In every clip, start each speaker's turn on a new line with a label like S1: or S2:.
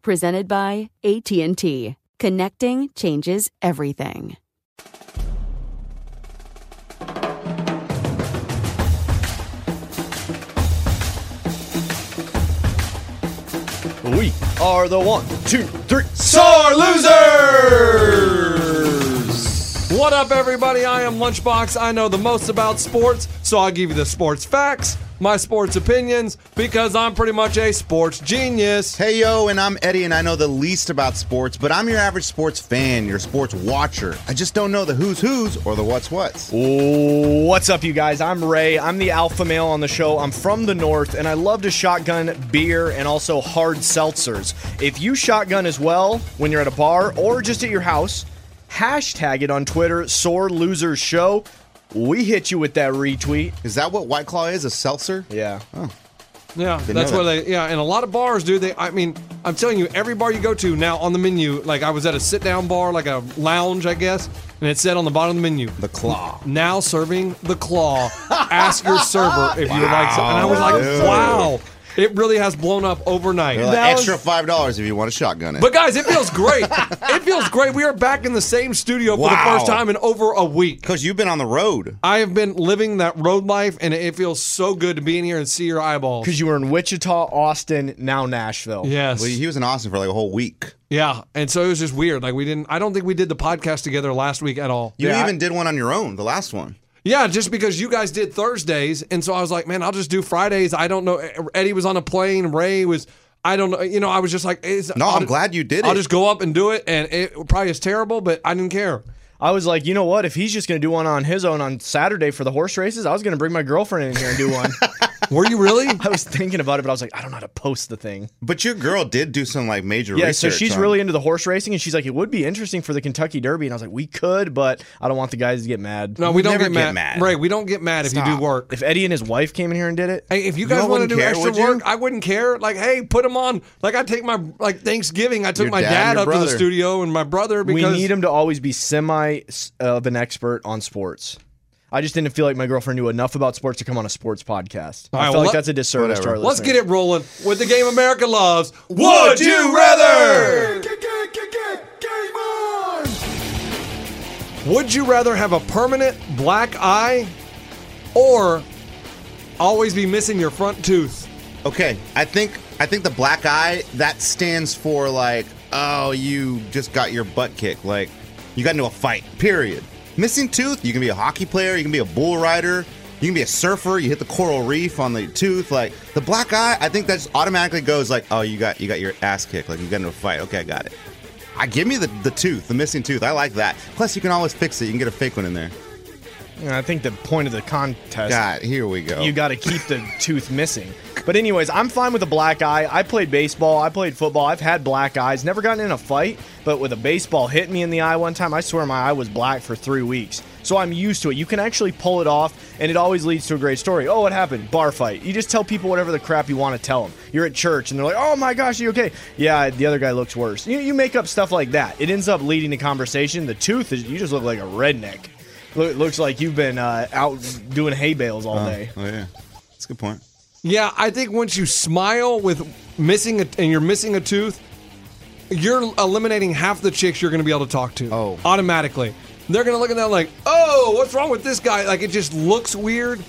S1: Presented by AT&T. Connecting changes everything.
S2: We are the one, two, three, sore losers.
S3: What up, everybody? I am Lunchbox. I know the most about sports, so I'll give you the sports facts, my sports opinions, because I'm pretty much a sports genius.
S2: Hey yo, and I'm Eddie, and I know the least about sports, but I'm your average sports fan, your sports watcher. I just don't know the who's who's or the what's what's.
S4: What's up, you guys? I'm Ray. I'm the alpha male on the show. I'm from the north, and I love to shotgun beer and also hard seltzers. If you shotgun as well when you're at a bar or just at your house, hashtag it on Twitter, Sore Losers Show. We hit you with that retweet. Oh.
S2: Is that what White Claw is? A seltzer?
S4: Yeah.
S3: Yeah,
S2: know
S3: that's where
S2: that.
S3: they, yeah, and a lot of bars do. They, I mean, I'm telling you, every bar you go to now on the menu, like I was at a sit down bar, like a lounge, I guess, and it said on the bottom of the menu,
S2: The Claw.
S3: now serving the claw. Ask your server if you would like some. And I was like,
S2: Dude.
S3: wow, it really has blown up overnight.
S2: They're like,
S3: That was-
S2: extra five dollars if you want to shotgun it.
S3: But guys, it feels great. it feels great. We are back in the same studio for
S2: Wow.
S3: the first time in over a week.
S2: because you've been on the road.
S3: I have been living that road life, and it feels so good to be in here and see your eyeballs.
S4: Because you were in Wichita, Austin, now Nashville.
S3: Yes,
S2: Well, he was in Austin for like a whole week.
S3: yeah, and so it was just weird. Like we didn't. I don't think we did the podcast together last week at all.
S2: You
S4: Yeah, I-
S2: even did one on your own, the last one.
S3: Yeah, just because you guys did Thursdays, and so I was like, man, I'll just do Fridays. I don't know. Eddie was on a plane. Ray was. I don't know. You know, I was just like, it's-
S2: No,
S3: I'll
S2: I'm
S3: ju-
S2: glad you did
S3: I'll
S2: it.
S3: just go up and do it, and it probably is terrible, but I didn't care.
S4: I was like, you know what? If he's just going to do one on his own on Saturday for the horse races, I was going to bring my girlfriend in here and do one.
S3: Were you really?
S4: I was thinking about it, but I was like, I don't know how to post the thing.
S2: But your girl did do some like major
S4: Yeah, so
S2: research.
S4: she's
S2: on-
S4: really into the horse racing, and she's like, it would be interesting for the Kentucky Derby. And I was like, we could, but I don't want the guys to get mad.
S3: No, we don't
S2: never
S3: get
S2: get
S3: mad.
S2: mad.
S3: Ray, we don't get mad if you do work.
S4: If Eddie and his wife came in here and did it,
S3: Hey, if you guys
S2: all
S3: want to
S2: wouldn't
S3: do
S2: care,
S3: extra
S2: would you?
S3: work, I wouldn't care. Like, hey, put them on. Like, I take my like Thanksgiving. I took
S2: Your
S3: my
S2: dad and
S3: dad,
S2: your
S3: up to the
S2: brother.
S3: studio and my brother
S4: we
S3: because
S4: need him to always be semi s- of an expert on sports. I just didn't feel like my girlfriend knew enough about sports to come on a sports podcast.
S3: right,
S4: I
S3: well,
S4: feel like
S3: let-
S4: that's a disservice to our
S3: Let's
S4: listeners.
S3: get it rolling with the game America loves. Would you rather? Would you rather have a permanent black eye or always be missing your front tooth?
S2: Okay, I think I think the black eye that stands for like, oh, you just got your butt kicked, like you got into a fight. Period. Missing tooth, you can be a hockey player, you can be a bull rider, you can be a surfer. You hit the coral reef on the tooth, like the black eye. I think that just automatically goes like, oh, you got you got your ass kicked, like you got into a fight. Okay, I got it. I give me the, the tooth, the missing tooth. I like that. Plus, you can always fix it. You can get a fake one in there.
S4: Yeah, I think the point of the contest
S2: God, here we go.
S4: you got to keep the tooth missing. But anyways, I'm fine with a black eye. I played baseball. I played football. I've had black eyes. Never gotten in a fight, but with a baseball hitting me in the eye one time, I swear my eye was black for three weeks. So I'm used to it. You can actually pull it off, and it always leads to a great story. Oh, what happened? Bar fight. You just tell people whatever the crap you want to tell them. You're at church, and they're like, "Oh my gosh, are you okay?" Yeah, the other guy looks worse. You, you make up stuff like that. It ends up leading to conversation. The tooth is you just look like a redneck. Look, looks like you've been uh, out doing hay bales all day.
S2: Oh yeah, that's a good point.
S3: Yeah, I think once you smile with missing a, and you're missing a tooth, you're eliminating half the chicks you're going to be able to talk to.
S2: Oh.
S3: automatically, they're going to look at that like, oh, what's wrong with this guy? Like it just looks weird.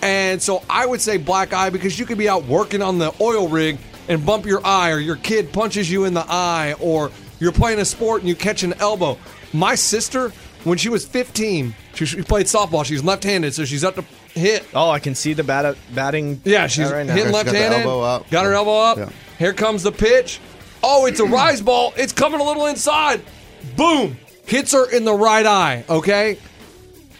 S3: And so I would say black eye because you could be out working on the oil rig and bump your eye, or your kid punches you in the eye, or you're playing a sport and you catch an elbow. My sister, when she was 15, she, she played softball. She's left-handed, so she's up to hit.
S4: Oh, I can see the bat- batting.
S3: Yeah, she's
S4: bat right now.
S3: hitting
S2: Got the
S3: left-handed.
S2: elbow up.
S3: Got her elbow up.
S2: Yeah.
S3: Here comes the pitch. Oh, it's a rise ball. It's coming a little inside. Boom! Hits her in the right eye. Okay.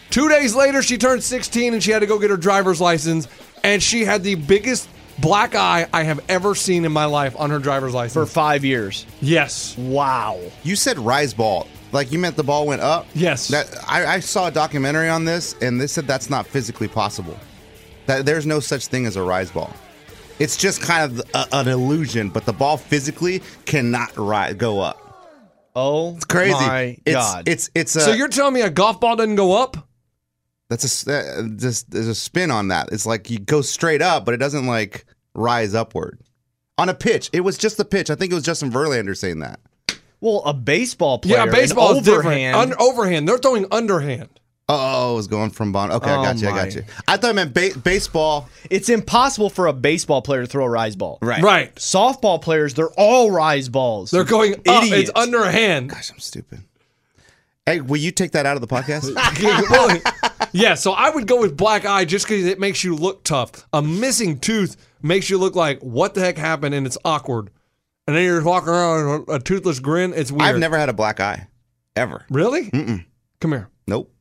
S3: Two days later, she turned 16 and she had to go get her driver's license. And she had the biggest black eye I have ever seen in my life on her driver's
S4: for
S3: license.
S4: five years.
S3: yes.
S4: Wow.
S2: You said rise ball. Like you meant the ball went up.
S3: Yes.
S2: That I, I saw a documentary on this, and they said that's not physically possible. That there's no such thing as a rise ball. It's just kind of a, an illusion, but the ball physically cannot rise, go up.
S4: Oh,
S2: It's crazy.
S4: My
S2: it's,
S4: God.
S2: it's it's a
S3: So you're telling me a golf ball doesn't go up?
S2: that's a s- uh, just there's a spin on that. It's like you go straight up, but it doesn't like rise upward. On a pitch, it was just the pitch. I think it was Justin Verlander saying that.
S4: well, a baseball player.
S3: Yeah,
S4: an
S3: baseball is different.
S4: overhand.
S3: Un- oh. overhand. They're throwing underhand.
S2: Oh, it was going from Bond. Okay, I
S4: Oh,
S2: got you. I
S4: my.
S2: got you. I thought I meant ba- baseball.
S4: it's impossible for a baseball player to throw a rise ball.
S2: Right.
S3: Right.
S4: Softball players, they're all rise balls.
S3: They're going up.
S4: Idiot.
S3: It's underhand.
S2: Gosh, I'm stupid. Hey, will you take that out of the podcast?
S3: Well, yeah, so I would go with black eye just because it makes you look tough. A missing tooth makes you look like what the heck happened, and it's awkward. And then you're walking around with a toothless grin. It's weird.
S2: I've never had a black eye, ever.
S3: really. Mm-mm. Come here.
S2: Nope.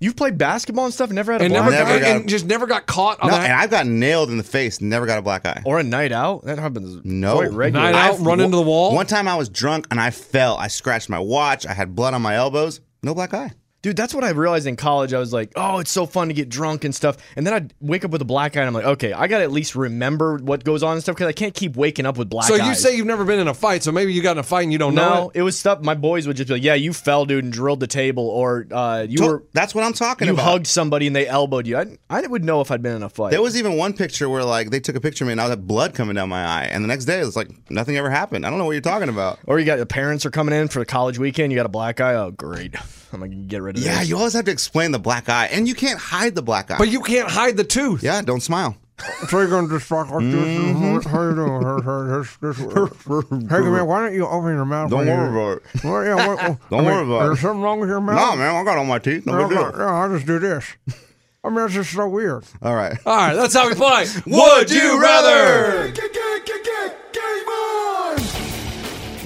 S4: You've played basketball and stuff, and never had a
S3: And
S4: ball
S3: never,
S2: Never
S3: and-
S2: got
S3: and
S2: a-
S3: just never got caught on
S2: No, and
S3: that.
S2: I got nailed in the face. Never got a black eye.
S4: or a night out. That happens
S2: No.
S4: quite regularly.
S3: Night out, run into the wall.
S2: One time I was drunk and I fell. I scratched my watch. I had blood on my elbows. No black eye.
S4: Dude, that's what I realized in college. I was like, oh, it's so fun to get drunk and stuff. And then I'd wake up with a black eye and I'm like, okay, I got to at least remember what goes on and stuff because I can't keep waking up with black
S3: so
S4: eyes.
S3: you say you've never been in a fight, so maybe you got in a fight and you don't know
S4: No,
S3: it.
S4: it was stuff. My boys would just be like, yeah, you fell, dude, and drilled the table, or uh, you were.
S2: That's what I'm talking
S4: You
S2: about.
S4: hugged somebody and they elbowed you. I, I would know if I'd been in a fight.
S2: There was even one picture where like they took a picture of me and I had blood coming down my eye, and the next day it was like nothing ever happened. I don't know what you're talking about.
S4: or you got your parents are coming in for the college weekend. You got a black eye. Oh, great. I'm gonna get rid of
S2: Yeah,
S4: this.
S2: you always have to explain the black eye, and you can't hide the black eye.
S3: But you can't hide the tooth.
S2: yeah, don't smile.
S3: So you're gonna just fuck like this. Hey man, why don't you open your mouth?
S2: Don't worry about it.
S3: Well, yeah, what,
S2: Don't worry about
S3: There's
S2: it.
S3: something wrong with your mouth.
S2: No, man, I got all my teeth. No
S3: No,
S2: big
S3: no,
S2: deal.
S3: no, I just do this. I mean, it's just so weird.
S2: All right.
S3: All right, that's how we play.
S2: Would you rather?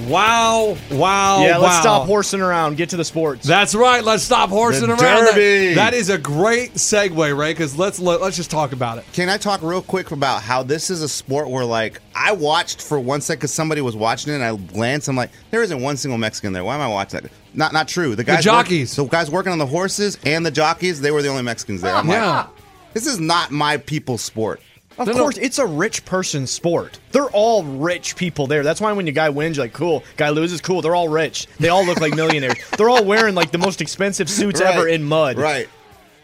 S3: Wow, wow,
S4: yeah,
S3: Oh,
S4: let's
S3: wow.
S4: stop horsing around. Get to the sports.
S3: That's right. Let's stop horsing
S2: The
S3: around. That-
S2: Derby.
S3: that is a great segue, Ray. Because let's let, let's just talk about it.
S2: Can I talk real quick about how this is a sport where, like, I watched for one second because somebody was watching it, and I glanced. I'm like, there isn't one single Mexican there. Why am I watching that? Not, not true. The guys, work-
S3: jockeys.
S2: the guys working on the horses and the jockeys, they were the only Mexicans there. I'm
S3: Yeah.
S2: like, this is not my people's sport.
S4: of
S3: no, no.
S4: course, it's a rich person sport. They're all rich people there. That's why when your guy wins, you're like, cool. Guy loses, cool. They're all rich. They all look like millionaires. They're all wearing like the most expensive suits ever
S2: Right.
S4: in mud.
S2: Right.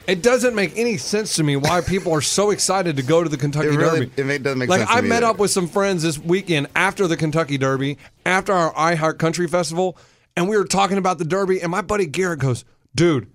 S3: It doesn't make any sense to me why people are so excited to go to the Kentucky
S2: It really-
S3: Derby.
S2: it ma- doesn't make
S3: like,
S2: sense to
S3: I
S2: me
S3: met
S2: either.
S3: up with some friends this weekend after the Kentucky Derby, after our I Heart Country Festival, and we were talking about the Derby. And my buddy Garrett goes, "Dude,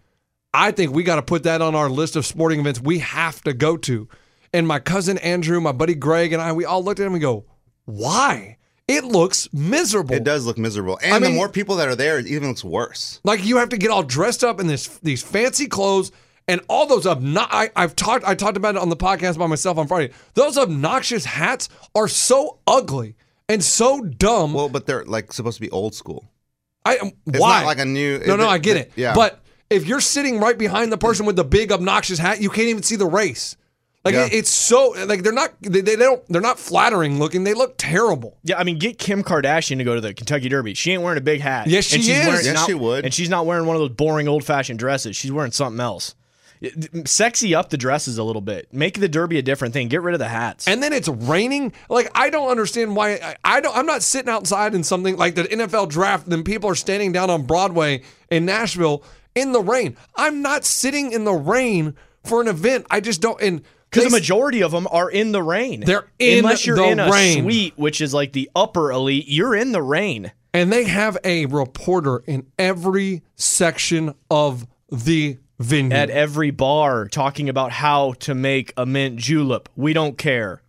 S3: I think we got to put that on our list of sporting events we have to go to." And my cousin Andrew, my buddy Greg, and I, we all looked at him and go, "Why? It looks
S4: Oh.
S3: miserable.
S2: It does look miserable. And
S3: I mean-
S2: the more people that are there, it even looks worse.
S3: Like you have to get all dressed up in this these fancy clothes and all those obnox. I, I've talked I talked about it on the podcast by myself on Friday. Those obnoxious hats are so ugly and so dumb.
S2: Well, but they're, like, supposed to be old school.
S3: I why
S2: not like a new-
S3: No, no,
S2: it-
S3: I get
S2: it-
S3: it.
S2: yeah.
S3: but if you're sitting right behind the person with the big obnoxious hat, you can't even see the race. Like
S2: Yeah.
S3: it, it's so like they're not they, they don't they're not flattering looking. They look terrible.
S4: Yeah, I mean, get Kim Kardashian to go to the Kentucky Derby. She ain't wearing a big hat.
S3: Yes, she
S4: and she's
S3: is.
S4: Wearing,
S2: Yes,
S4: not-
S2: she would.
S4: And she's not wearing one of those boring old fashioned dresses. She's wearing something else. It- Sexy up the dresses a little bit. Make the Derby a different thing. Get rid of the hats.
S3: and then it's raining. Like I don't understand why I, I don't. I'm not sitting outside in something like the NFL draft. Then people are standing down on Broadway in Nashville in the rain. I'm not sitting in the rain for an event. I just don't. And
S4: because the
S3: they-
S4: majority of them are in the rain.
S3: They're in
S4: unless you're
S3: the
S4: in a
S3: rain.
S4: suite, which is like the upper elite. You're in the rain.
S3: And they have a reporter in every section of the venue.
S2: e-
S4: at every bar talking about how to make a mint julep. We don't care.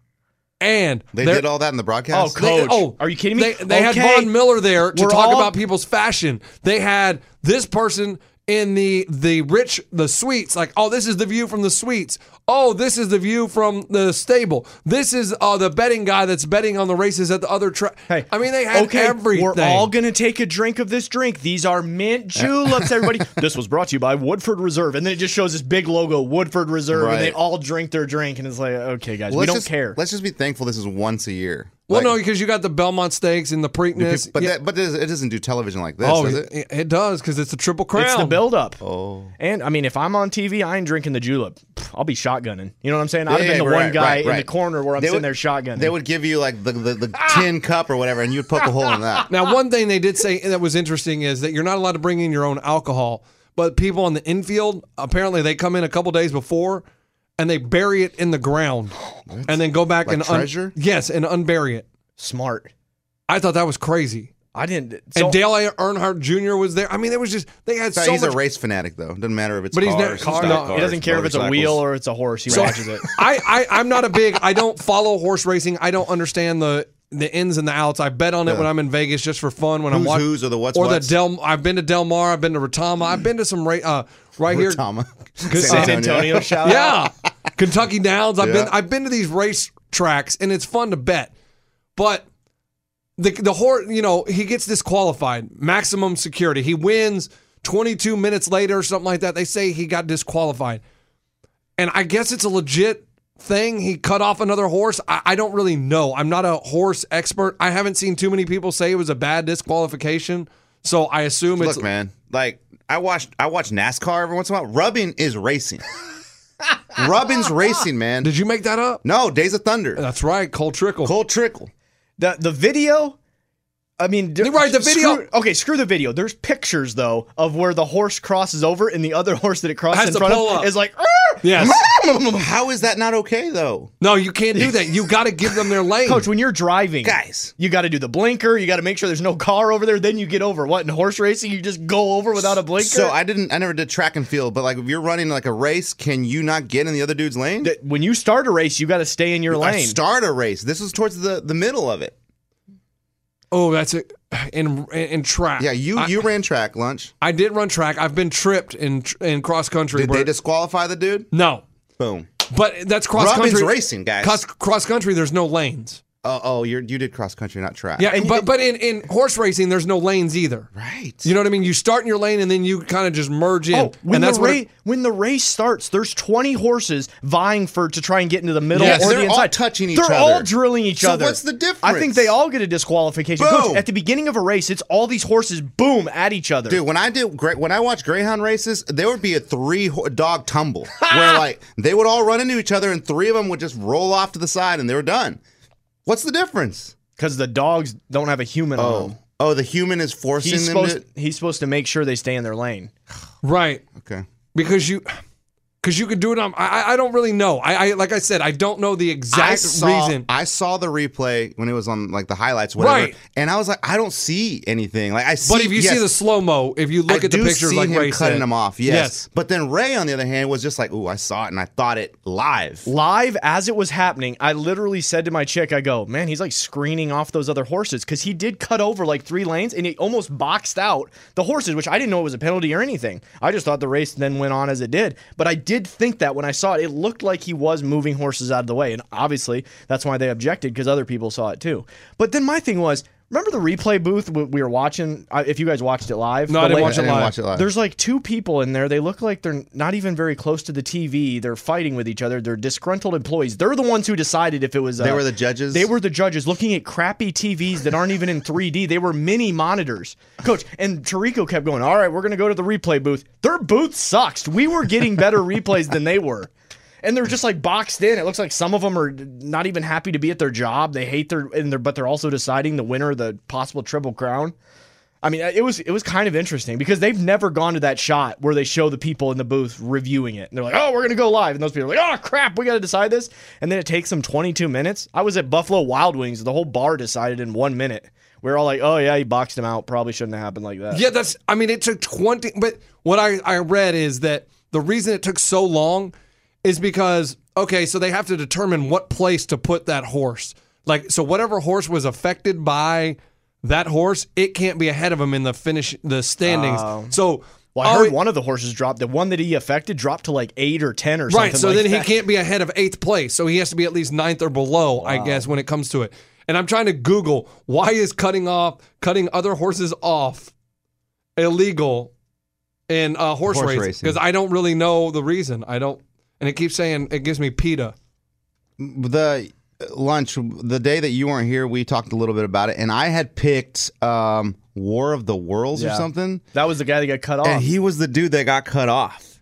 S3: and
S2: They
S3: they're-
S2: did all that in the
S4: Oh,
S2: broadcast.
S4: coach,
S3: They- oh,
S4: are you kidding me?
S3: They, they
S4: Okay,
S3: had Von Miller there to
S4: we're
S3: talk
S4: all-
S3: about people's fashion. They had this person in the the rich the suites like oh this is the view from the suites oh this is the view from the stable this is uh, the betting guy that's betting on the races at the other track
S4: Hey,
S3: i mean they had
S4: okay,
S3: everything
S4: We're all gonna take a drink of this drink. These are mint juleps, everybody. this was brought to you by Woodford Reserve, and then it just shows this big logo, Woodford Reserve,
S2: Right.
S4: and they all drink their drink, and it's like, okay, guys,
S2: Well,
S4: we
S2: let's
S4: don't
S2: just,
S4: care.
S2: Let's just be thankful this is once a year.
S3: well no
S2: Like,
S3: because you got the belmont stakes and the preakness
S2: but
S3: Yeah.
S2: that, but it doesn't do television like this,
S3: oh
S2: does
S3: it,
S2: it?
S3: it does because it's a triple crown
S4: It's the buildup.
S2: Oh.
S4: And I mean, if I'm on TV, I ain't drinking the julep. Pff, I'll be shotgunning. You know what I'm saying? I'd have
S2: Yeah,
S4: been the
S2: right,
S4: one guy
S2: right,
S4: in the
S2: right.
S4: corner where I'm
S2: They
S4: sitting
S2: would-
S4: there shotgunning. Ah!
S2: They would give you like the the, the tin cup or whatever, and you'd poke a hole in that.
S3: Now, one thing they did say that was interesting is that you're not allowed to bring in your own alcohol, but people on the infield apparently they come in a couple days before and they bury it in the ground and then go back
S2: Oh, Like
S3: and un-
S2: treasure?
S3: yes, and unbury it.
S4: Smart.
S3: I thought that was crazy.
S4: I didn't.
S3: And
S4: so-
S3: Dale Earnhardt Jr. was there. I mean, it was just they had so,
S2: he's
S3: much.
S2: a race fanatic, though. Doesn't matter if it's
S3: But he's not-
S2: cars, stock
S3: no, he
S4: he
S2: cars,
S4: doesn't care if it's a
S2: motorcycles.
S4: wheel or it's a horse. He watches it.
S3: I, I I'm not a big. I don't follow horse racing. I don't understand the the ins and the outs. I bet on it when I'm in Vegas just for fun. When I'm
S2: Who's
S3: watching
S2: who's or the what's
S3: or
S2: what's?
S3: the Del. I've been to Del Mar. I've been to Rotama. I've been to some ra- uh, right here.
S2: Tama.
S4: San Antonio shout out.
S3: Yeah, Kentucky Downs. I've been
S2: Yeah.
S3: I've been to these race tracks, and it's fun to bet. But the the horse, you know, he gets disqualified. Maximum security. He wins 22 minutes later or something like that. They say he got disqualified, and I guess it's a legit thing. He cut off another horse. I, I don't really know. I'm not a horse expert. I haven't seen too many people say it was a bad disqualification. So I assume it's
S2: Look, man, like I watched, I watch NASCAR every once in a while. Rubbing is racing. Rubbing's racing, man.
S3: Did you make that up?
S2: no, Days of
S4: Uh,
S2: Thunder.
S3: That's right, Cole Trickle.
S2: Cole Trickle.
S4: The the video. I mean, d-
S3: Right, the video-
S4: screw- okay, screw the video. There's pictures though of where the horse crosses over, and the other horse that it crosses
S3: Has
S4: in
S3: to
S4: front
S3: pull
S4: of
S3: up.
S4: is like, "Ah!" "Arr!"
S3: Yes.
S2: How is that not okay though?
S3: No, you can't do that. You got to give them their lane.
S4: coach. When you're driving,
S2: Guys.
S4: you got to do the blinker. You got to make sure there's no car over there. Then you get over. What in horse racing, you just go over without a blinker?
S2: So I didn't, I never did track and field, but like if you're running like a race, can you not get in the other dude's lane?
S4: That- when you start a race, you got to stay in your
S2: I
S4: lane.
S2: start a race. This was towards the the middle of it.
S3: oh, that's it. In in track.
S2: Yeah, you
S3: I,
S2: you ran track lunch.
S3: I did run track. I've been tripped in tr- in cross country.
S2: Did
S3: where-
S2: they disqualify the dude?
S3: no,
S2: Boom.
S3: but that's cross
S2: Robin's
S3: country
S2: racing, guys.
S3: Cross, cross country. There's no lanes.
S2: Oh, oh, you you did cross country, not track.
S3: Yeah, but but in in horse racing, there's no lanes either.
S2: right.
S3: You know what I mean? You start in your lane and then you kind of just merge in.
S4: Oh, when
S3: and that's
S4: the
S3: what
S4: race
S3: it-
S4: when the race starts, there's 20 horses vying for to try and get into the middle
S3: Yes,
S4: or
S2: they're
S4: the
S2: all
S4: inside.
S2: touching each
S4: they're
S2: other.
S4: all drilling each
S2: So
S4: other.
S2: what's the difference?
S4: I think they all get a disqualification.
S2: Boom.
S4: Coach, at the beginning of a race, it's all these horses boom at each other.
S2: Dude, when I did great, when I watched greyhound races, there would be a three ho- dog tumble where like they would all run into each other, and three of them would just roll off to the side, and they were done. What's the difference?
S4: Because the dogs don't have a human on
S2: Oh,
S4: them.
S2: oh, the human is forcing
S4: He's
S2: them.
S4: supposed
S2: to,
S4: he's supposed to make sure they stay in their lane.
S3: right
S2: okay,
S3: because you. Because you could do it on. I, I- I don't really know. I, I like I said, I don't know the
S2: I
S3: exact
S2: saw
S3: reason.
S2: I saw the replay when it was on like the highlights, whatever,
S3: Right.
S2: and I was like, I don't see anything. Like I see,
S3: But if you
S2: yes,
S3: see the slow mo, if you look
S2: I
S3: at the
S2: do
S3: pictures,
S2: see
S3: like
S2: him
S3: Ray
S2: cutting
S3: said,
S2: them off. Yes. but then Ray, on the other hand, was just like, "Ooh, I saw it and I thought it live."
S4: Live as it was happening, I literally said to my chick, I go, man, he's like screening off those other horses because he did cut over like three lanes and he almost boxed out the horses, which I didn't know it was a penalty or anything. I just thought the race then went on as it did. But I did think that when I saw it, it looked like he was moving horses out of the way. And obviously, that's why they objected because other people saw it too. But then my thing was, remember the replay booth we we were watching? I- If you guys watched it live,
S3: No,
S4: the
S3: I didn't
S4: late-
S3: watch it
S2: I didn't
S3: live.
S2: watch it live.
S4: there's like two people in there. They look like they're not even very close to the TV. They're fighting with each other. They're disgruntled employees. They're the ones who decided if it was. Uh,
S2: They were the judges?
S4: They were the judges looking at crappy TVs that aren't even in 3D. They were mini monitors, coach. And Tarico kept going. All right, we're gonna go to the replay booth. Their booth sucks. We were getting better replays than they were. And they're just like boxed in. It looks like some of them are not even happy to be at their job. They hate their and they're but they're also deciding the winner of the possible triple crown. I mean, it was it was kind of interesting because they've never gone to that shot where they show the people in the booth reviewing it, and they're like, "Oh, we're gonna go live," and those people are like, "Oh crap, we gotta decide this," and then it takes them 22 minutes. I was at Buffalo Wild Wings; the whole bar decided in one minute We were all like, oh, yeah, he boxed him out. Probably shouldn't have happened like that.
S3: Yeah, that's. I mean, it took twenty. But what I I read is that the reason it took so long is because okay, so they have to determine what place to put that horse. Like, so whatever horse was affected by that horse, it can't be ahead of him in the finish the standings.
S2: Oh.
S3: so.
S4: Well, I heard
S3: oh,
S4: one of the horses dropped. The one that he affected dropped to like eight or 10 or something.
S3: Right. So
S4: like
S3: then
S4: that.
S3: he can't be ahead of eighth place. So he has to be at least ninth or below, I guess, when it comes to it. And I'm trying to Google why is cutting off, cutting other horses off illegal in uh, horse,
S2: Horse
S3: racing?
S2: racing.
S3: Because I don't really know the reason. I don't. And it keeps saying it gives me PETA.
S2: the uh, lunch the day that you weren't here we talked a little bit about it and i had picked um war of the worlds or
S4: Yeah.
S2: something
S4: That was the guy that got cut
S2: and
S4: off.
S2: he was the dude that got cut off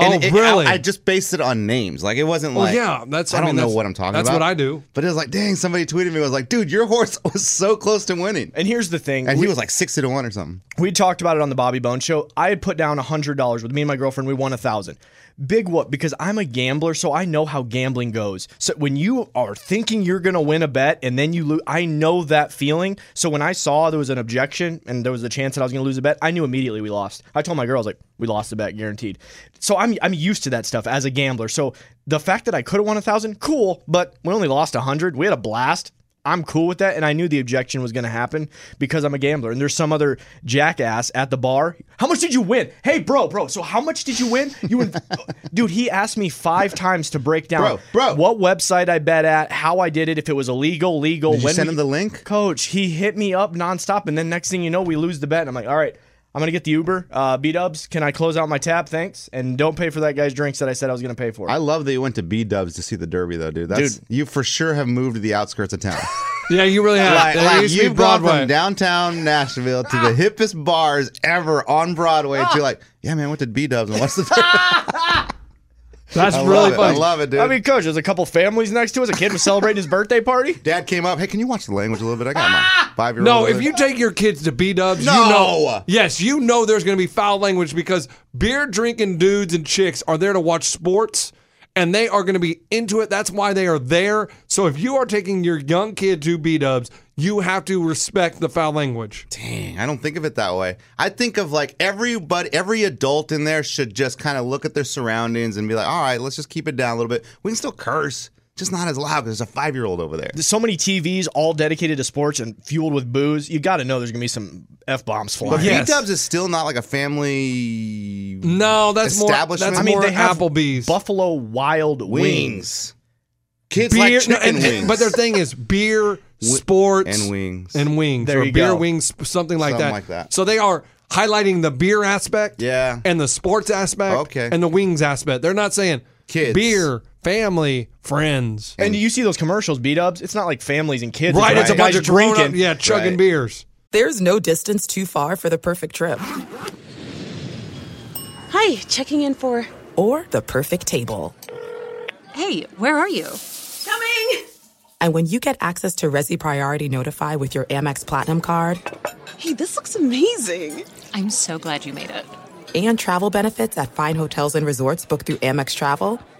S3: Oh,
S2: And it-
S3: really?
S2: I, I just based it on names like it wasn't
S3: Well,
S2: like
S3: yeah, that's-
S2: i
S3: I
S2: don't
S3: mean,
S2: know
S3: that's-
S2: what i'm talking
S3: that's
S2: about
S3: what I do.
S2: but it was like dang somebody tweeted me was like dude your horse was so close to winning
S4: and here's the thing.
S2: and
S4: we,
S2: he was like 60 to 1 or something
S4: we talked about it on the Bobby Bone show. I had put down $100 with me and my girlfriend. We won 1000 Big whoop because I'm a gambler, so I know how gambling goes. So when you are thinking you're going to win a bet and then you lose, I know that feeling. So when I saw there was an objection and there was a chance that I was going to lose a bet, I knew immediately we lost. I told my girl, I was like, we lost the bet, guaranteed. So I'm, I'm used to that stuff as a gambler. So the fact that I could have won 1000 cool, but we only lost 100 We had a blast. I'm cool with that, and I knew the objection was going to happen because I'm a gambler. And there's some other jackass at the bar. How much did you win? Hey, bro, bro. So how much did you win? You, win- dude. He asked me five times to break down,
S2: Bro, bro.
S4: what website I bet at, how I did it, if it was illegal, legal.
S2: Did you
S4: when
S2: send
S4: we-
S2: him the link?
S4: coach? He hit me up nonstop, and then next thing you know, we lose the bet. And I'm like, all right. I'm gonna get the Uber, uh, B Dubs. Can I close out my tab? Thanks, and don't pay for that guy's drinks that I said I was gonna pay for.
S2: i love that you went to b-dubs to see the derby though dude that's
S4: Dude.
S2: you for sure have moved to the outskirts of town
S3: Yeah, you really have.
S2: like,
S3: There
S2: like,
S3: used to be
S2: you've gone
S3: Broadway.
S2: from downtown Nashville to the hippest bars ever on Broadway to like, yeah, man, I went to B Dubs and what's the
S3: That's
S2: I love
S3: really
S2: it. I
S3: funny.
S2: love it, dude.
S4: I mean, coach, there's a couple families next to us. A kid was celebrating his birthday party.
S2: Dad came up. Hey, can you watch the language a little bit? I got my five year old.
S3: No, if you take your kids to B Dubs,
S2: No.
S3: you know. Yes, you know there's going to be foul language because beer drinking dudes and chicks are there to watch sports and they are going to be into it. That's why they are there. So if you are taking your young kid to B Dubs, you have to respect the foul language.
S2: Dang, I don't think of it that way. I think of like everybody, every adult in there should just kind of look at their surroundings and be like, all right, let's just keep it down a little bit. We can still curse, just not as loud because there's a five year old over there.
S4: so many TVs all dedicated to sports and fueled with booze. You got to know there's gonna be some f bombs flying.
S2: But
S3: yes.
S2: B Dubs is still not like a family.
S3: No, that's more. That's
S2: Establishment?
S3: more
S2: I
S4: mean, they have
S3: Applebee's.
S4: Buffalo Wild Wings.
S2: wings. Kids
S3: beer,
S2: like chicken
S3: no, and- and-
S2: wings.
S3: But their thing is beer, sports,
S2: and wings.
S3: and wings,
S4: There
S3: or
S4: you
S3: beer
S4: go.
S3: wings, something like
S2: Something
S3: that.
S2: like that.
S3: So they are highlighting the beer aspect,
S2: Yeah.
S3: and the sports aspect,
S2: Okay.
S3: and the wings aspect. They're not saying
S2: Kids.
S3: beer, family, friends.
S4: And you see those commercials, B Dubs. It's not like families and kids.
S3: right, it's a
S4: guys
S3: bunch of
S4: drinking.
S3: grown up, yeah, chugging
S2: Right.
S3: beers.
S5: There's no distance too far for the perfect trip
S6: Hi, checking in for.
S5: or the perfect table.
S7: Hey, where are you?
S6: Coming!
S5: And when you get access to Resi Priority Notify with your Amex Platinum card
S6: Hey, this looks amazing!
S7: I'm so glad you made it.
S5: and travel benefits at fine hotels and resorts booked through Amex Travel,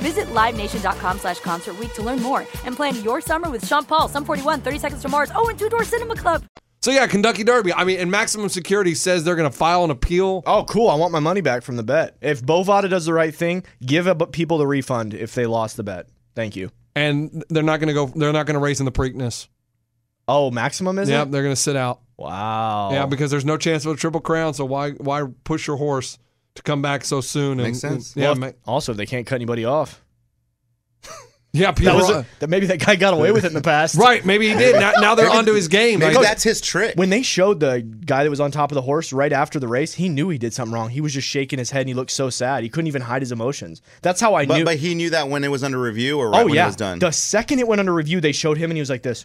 S7: Visit LiveNation.com slash Concert Week to learn more and plan your summer with Sean Paul, Sum 41, 30 Seconds to Mars, oh, and Two Door Cinema Club.
S3: So yeah, Kentucky Derby. I mean, and maximum security says they're going to file an appeal.
S4: Oh, cool! I want my money back from the bet. If Bovada does the right thing, give up people the refund if they lost the bet. Thank you.
S3: and they're not going to go. They're not going to race in the Preakness.
S4: Oh, maximum is
S3: Yeah,
S4: it?
S3: they're going to sit out.
S4: Wow.
S3: Yeah, because there's no chance of a triple crown. So why why push your horse to come back so soon? And,
S2: Makes sense.
S3: yeah,
S4: Well,
S3: ma-
S4: also, if they can't cut anybody off.
S3: yeah.
S4: That
S3: People,
S4: was that maybe that guy got away with it in the past.
S3: right? Maybe he did. Now, now they're onto his game.
S2: Maybe
S3: Like,
S2: that's his trick.
S4: When they showed the guy that was on top of the horse right after the race, he knew he did something wrong. He was just shaking his head and he looked so sad. He couldn't even hide his emotions. That's how I
S2: but,
S4: knew.
S2: but he knew that when it was under review or right
S4: oh
S2: when
S4: yeah,
S2: it was done.
S4: the second it went under review, they showed him and he was like this.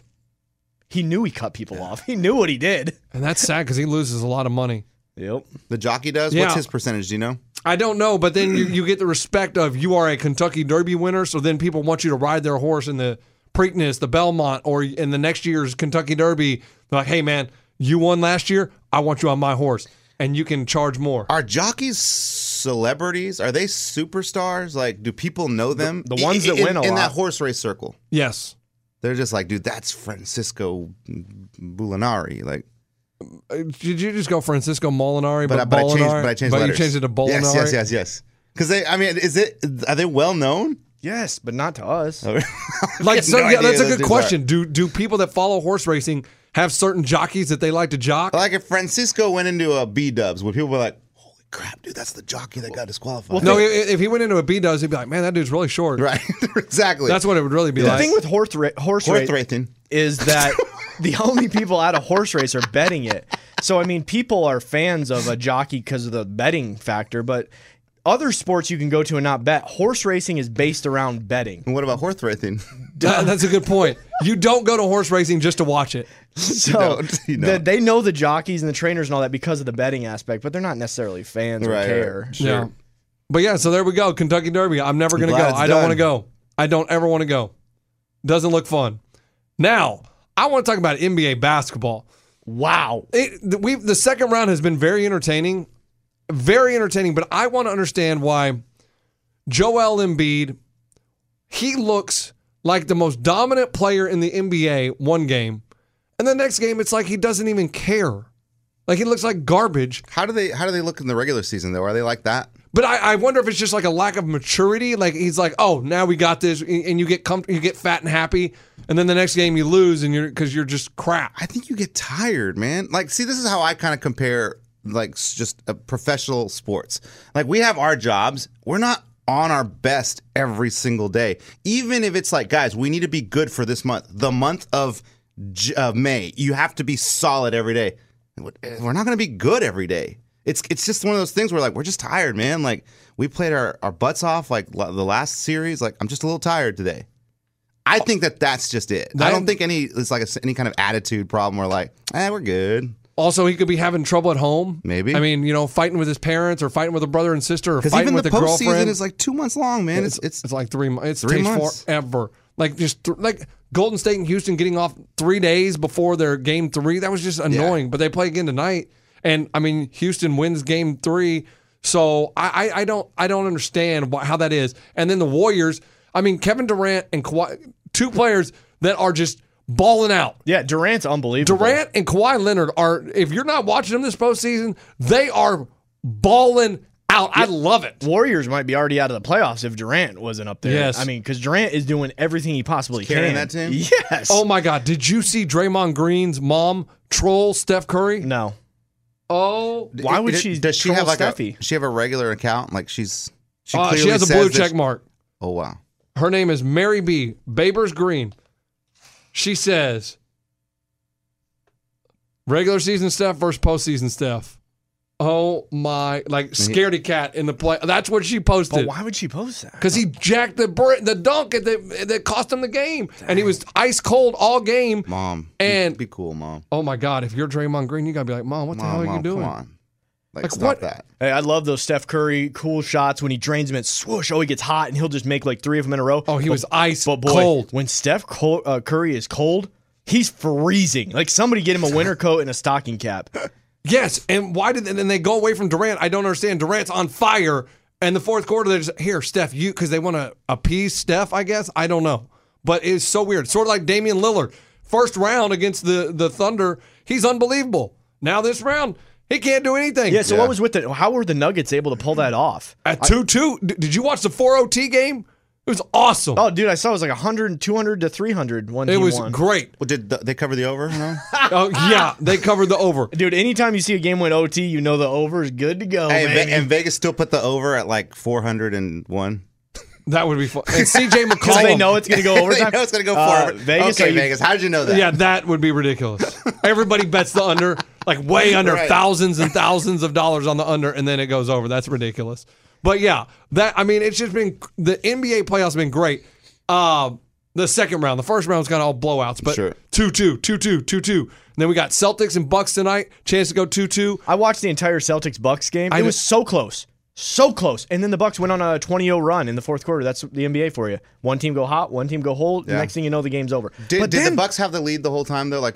S4: He knew he cut people off. He knew what he did.
S3: and that's sad because he loses a lot of money.
S4: Yep.
S2: The jockey does?
S3: Yeah.
S2: What's his percentage? Do you know?
S3: I don't know, but then you, you get the respect of you are a Kentucky Derby winner, so then people want you to ride their horse in the Preakness, the Belmont, or in the next year's Kentucky Derby. They're like, hey man, you won last year. I want you on my horse, and you can charge more.
S2: Are jockeys celebrities? Are they superstars? Like, do people know them?
S4: the ones that
S2: in,
S4: win a
S2: in that
S4: lot.
S2: horse race circle.
S3: Yes,
S2: They're just like, dude, that's Francisco Bulinari. Like,
S3: Uh, did you just go Francisco Molinari?
S2: but, I,
S3: But,
S2: but I changed,
S3: Bolinari?
S2: but I changed.
S3: But
S2: letters.
S3: you changed it to
S2: Yes,
S3: Bolinari.
S2: yes, yes, yes. Because they, I mean, is it? Are they well known?
S4: Yes, but not to us.
S3: Like,
S2: have
S3: so,
S2: no
S3: yeah,
S2: idea
S3: that's a
S2: those
S3: good
S2: dudes
S3: question. Do do people that follow horse racing have certain jockeys that they like to jock?
S2: Like if Francisco went into a B Dubs, would people be like, "Holy crap, dude, that's the jockey that got disqualified"?
S3: no, i- if he went into a B does, he'd be like, man, that dude's really short.
S2: right? exactly.
S3: That's what it would really be
S4: The
S3: like.
S4: thing with horse ra- horse,
S2: Horse
S4: ra-
S2: racing.
S4: is that the only people at a horse race are betting it. So I mean, people are fans of a jockey because of the betting factor, but other sports you can go to and not bet. Horse racing is based around betting.
S2: And what about horse racing?
S3: That- that's a good point. You don't go to horse racing just to watch it.
S4: So
S2: don't, you
S4: the-
S2: don't.
S4: they know the jockeys and the trainers and all that because of the betting aspect, but they're not necessarily fans
S2: Right,
S4: or
S2: right.
S4: care.
S3: Yeah. But yeah, so there we go. Kentucky Derby. I'm never going to go.
S2: Glad it's
S3: I don't
S2: done.
S3: want to go. I don't ever want to go. Doesn't look fun. Now, I want to talk about NBA basketball.
S4: Wow.
S3: It, the- we the second round has been very entertaining, very entertaining. But I want to understand why Joel Embiid he looks like the most dominant player in the NBA one game, and the next game it's like he doesn't even care, like he looks like garbage.
S2: How do they? How do they look in the regular season though? Are they like that?
S3: But I, I wonder if it's just like a lack of maturity. Like he's like, oh, now we got this, and and you get com- you get fat and happy, and then the next game you lose, and you're because you're just crap.
S2: I think you get tired, man. Like, see, this is how I kind of compare like s- just uh professional sports. Like, we have our jobs. We're not on our best every single day. Even if it's like, guys, we need to be good for this month, the month of J- uh, May. You have to be solid every day. We're not going to be good every day. It's it's just one of those things where like we're just tired, man. Like we played our, our butts off like l- the last series. Like I'm just a little tired today. I
S3: Oh.
S2: think that that's just it. I
S3: That-
S2: don't think any it's like a, any kind of attitude problem where like, eh, we're good.
S3: Also, he could be having trouble at home.
S2: Maybe.
S3: I mean, you know, fighting with his parents or fighting with a brother and sister or
S2: Because
S3: fighting
S2: even the
S3: with a girlfriend.
S2: postseason is like two months long, man. It's it's,
S3: like three. mo- It's
S2: Three
S3: takes
S2: months.
S3: forever. Like just th- like Golden State and Houston getting off three days before their game three. That was just annoying. But they play again tonight, and I mean Houston wins game three. So I I, I don't I don't understand wh- how that is. And then the Warriors. I mean Kevin Durant and Kawhi, two players that are just balling out.
S4: Yeah, Durant's unbelievable.
S3: Durant and Kawhi Leonard are, if you're not watching them this postseason, they are balling out. I love it.
S4: Warriors might be already out of the playoffs if Durant wasn't up there.
S3: Yes.
S4: I mean, because Durant is doing everything he possibly
S2: carrying
S4: can.
S2: that team?
S4: Yes.
S3: Oh my God. Did you see Draymond Green's mom troll Steph Curry?
S4: no.
S3: Oh,
S4: Why would
S2: It-
S4: she?
S2: Does she have like
S4: Steffi?
S2: a? She have a regular account? Like she's she
S3: Uh, she
S2: clearly
S3: has a
S2: says
S3: blue
S2: that
S3: check
S2: she-
S3: mark.
S2: Oh wow.
S3: Her name is Mary B. Babers Green. She says, regular season Steph versus postseason Steph. Oh my, like scaredy cat in the play. That's what she posted.
S4: But why would she post that?
S3: because he jacked the br- the dunk at the, that cost him the game, and he was ice cold all game.
S2: Mom.
S3: And-
S2: be, be cool, mom.
S3: Oh my God! If you're Draymond Green, you gotta be like, Mom, what the
S2: Mom,
S3: hell are
S2: mom,
S3: you doing?
S2: Come on. Like,
S3: Like,
S2: stop
S3: what-
S2: that.
S4: Hey, I love those Steph Curry cool shots when he drains them at swoosh. Oh, he gets hot and he'll just make like three of them in a row.
S3: Oh, he was ice
S4: But boy,
S3: cold.
S4: when Steph Col- uh, Curry is cold, he's freezing. Like somebody get him a winter coat and a stocking cap.
S3: Yes, and why did and then they go away from Durant? I don't understand. Durant's on fire, and the fourth quarter they're just here, Steph, you because they want to appease Steph, I guess. I don't know, but it's so weird. Sort of like Damian Lillard, first round against the the Thunder, he's unbelievable. Now this round, he can't do anything.
S4: Yeah. So what was with the? How were the Nuggets able to pull that off?
S3: At 2 2, did you watch the 4 OT oh game? It was awesome.
S4: Oh, dude, I saw it was like 100, 200 to 300 when
S3: it
S4: he
S3: was
S4: won.
S3: great.
S2: Well, did the, they cover the over? No?
S3: Oh yeah, they covered the over.
S4: Dude, anytime you see a game win OT, you know the over is good to
S3: Oh,
S4: go.
S2: Hey, Ve-
S4: baby.
S2: and Vegas still put the over at like 401.
S3: That would be fun. And CJ
S4: Because
S3: McCollum.
S4: they know it's going to go overtime.
S2: they know it's going to go
S4: Uh,
S2: forward.
S4: Vegas,
S2: okay,
S4: are you-
S2: Vegas. How did you know that?
S3: Yeah, that would be ridiculous. Everybody bets the under, like way under
S2: Right.
S3: thousands and thousands of dollars on the under, and then it goes over. That's ridiculous. But yeah, that I mean, it's just been the NBA playoffs have been great. Um, the second round, the first round was kind of all blowouts, but
S2: Sure.
S3: 2 2, 2 2, 2 2. And then we got Celtics and Bucks tonight. Chance to go 2 2.
S4: I watched the entire Celtics Bucks game.
S3: I
S4: it
S3: kn-
S4: was so close. So close. And then the Bucks went on a 20-0 run in the fourth quarter. That's the NBA for you. One team go hot, one team go hold.
S2: Yeah.
S4: Next thing you know, the game's over.
S2: Did,
S4: but
S2: did
S4: then,
S2: the Bucks have the lead the whole time though? Like,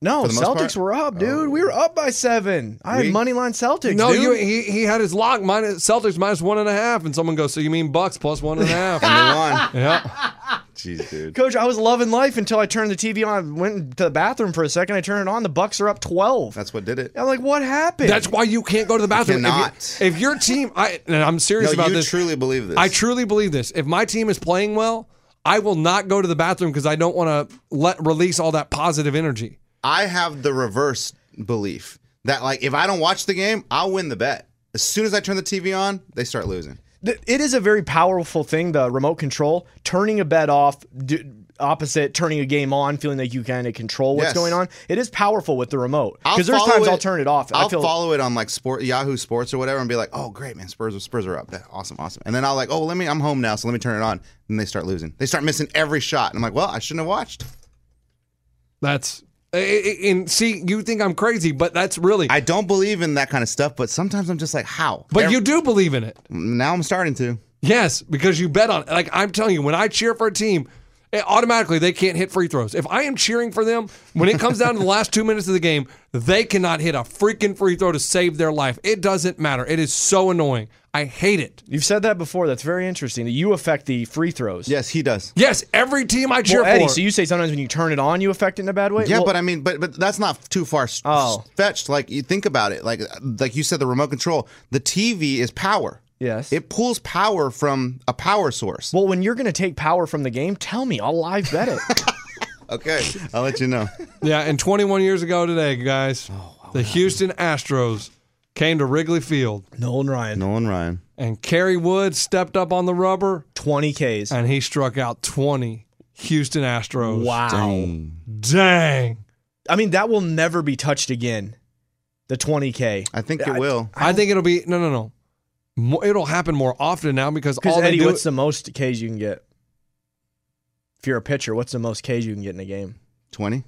S4: No,
S2: for the most
S4: Celtics
S2: part? Oh.
S4: were up, dude. We were up by seven. I
S2: We-
S4: had money line Celtics.
S3: No,
S4: dude.
S3: you, he, he had his lock minus Celtics minus one and a half, and someone goes, "So you mean Bucks plus one and a half?"
S2: and they won.
S3: yeah,
S2: Jeez, dude.
S4: Coach, I was loving life until I turned the TV on. I went to the bathroom for a second. I turned it on. The Bucks are up 12.
S2: That's what did it.
S4: I'm like, what happened?
S3: that's why you can't go to the bathroom. If you-
S2: cannot.
S3: If, your team, I and I'm serious
S2: No,
S3: about
S2: you
S3: this.
S2: truly believe this.
S3: I truly believe this. If my team is playing well, I will not go to the bathroom because I don't want to let release all that positive energy.
S2: I have the reverse belief that like if I don't watch the game, I'll win the bet. As soon as I turn the TV on, they start losing.
S4: Th- it is a very powerful thing the remote control turning a bet off d- opposite turning a game on feeling like you kind of control what's
S2: Yes.
S4: going on it is powerful with the remote
S2: I'll
S4: because there's
S2: follow
S4: times i'll turn it off
S2: I'll
S4: I feel
S2: follow it on like sport Yahoo Sports or whatever, and be like, "Oh, great, man! Spurs are Spurs are up. Yeah, Awesome, awesome." And then I'll like, "Oh, let me. I'm home now, so let me turn it on." And they start losing. They start missing every shot. And I'm like, "Well, I shouldn't have watched."
S3: That's I- I- and see, you think I'm crazy, but that's really.
S2: I don't believe in that kind of stuff, but sometimes I'm just like, "How?"
S3: but
S2: Ev-
S3: you do believe in it,
S2: now I'm starting to.
S3: yes, because you bet on. Like I'm telling you, when I cheer for a team. It, automatically, they can't hit free throws. If I am cheering for them, when it comes down to the last two minutes of the game, they cannot hit a freaking free throw to save their life. It doesn't matter. It is so annoying. I hate it.
S4: you've said that before that's very interesting that you affect the free throws
S2: Yes, he does.
S3: Yes, every team I cheer
S4: well, Eddie,
S3: for.
S4: so you say sometimes when you turn it on, you affect it in a bad way.
S2: Yeah,
S4: Well,
S2: but I mean, but but that's not too far s-
S4: Oh.
S2: fetched. Like you think about it, like like you said, the remote control, the TV is power.
S4: Yes.
S2: it pulls power from a power source.
S4: well, when you're going to take power from the game, tell me. I'll live bet it.
S2: okay, I'll let you know.
S3: Yeah, and 21 years ago today, guys, the Houston Astros came to Wrigley Field,
S4: Nolan Ryan,
S2: Nolan Ryan.
S3: and Kerry Wood stepped up on the rubber
S4: 20 Ks.
S3: and he struck out 20 Houston Astros.
S4: Wow.
S3: Dang.
S4: I mean, that will never be touched again. The 20K.
S2: I think it will.
S3: I, think it'll be no, no, no. Mo- it'll happen more often now because
S4: Because
S3: all they
S4: Eddie,
S3: do.
S4: what's the most Ks you can get? If you're a pitcher, what's the most Ks you can get in a game?
S2: Twenty.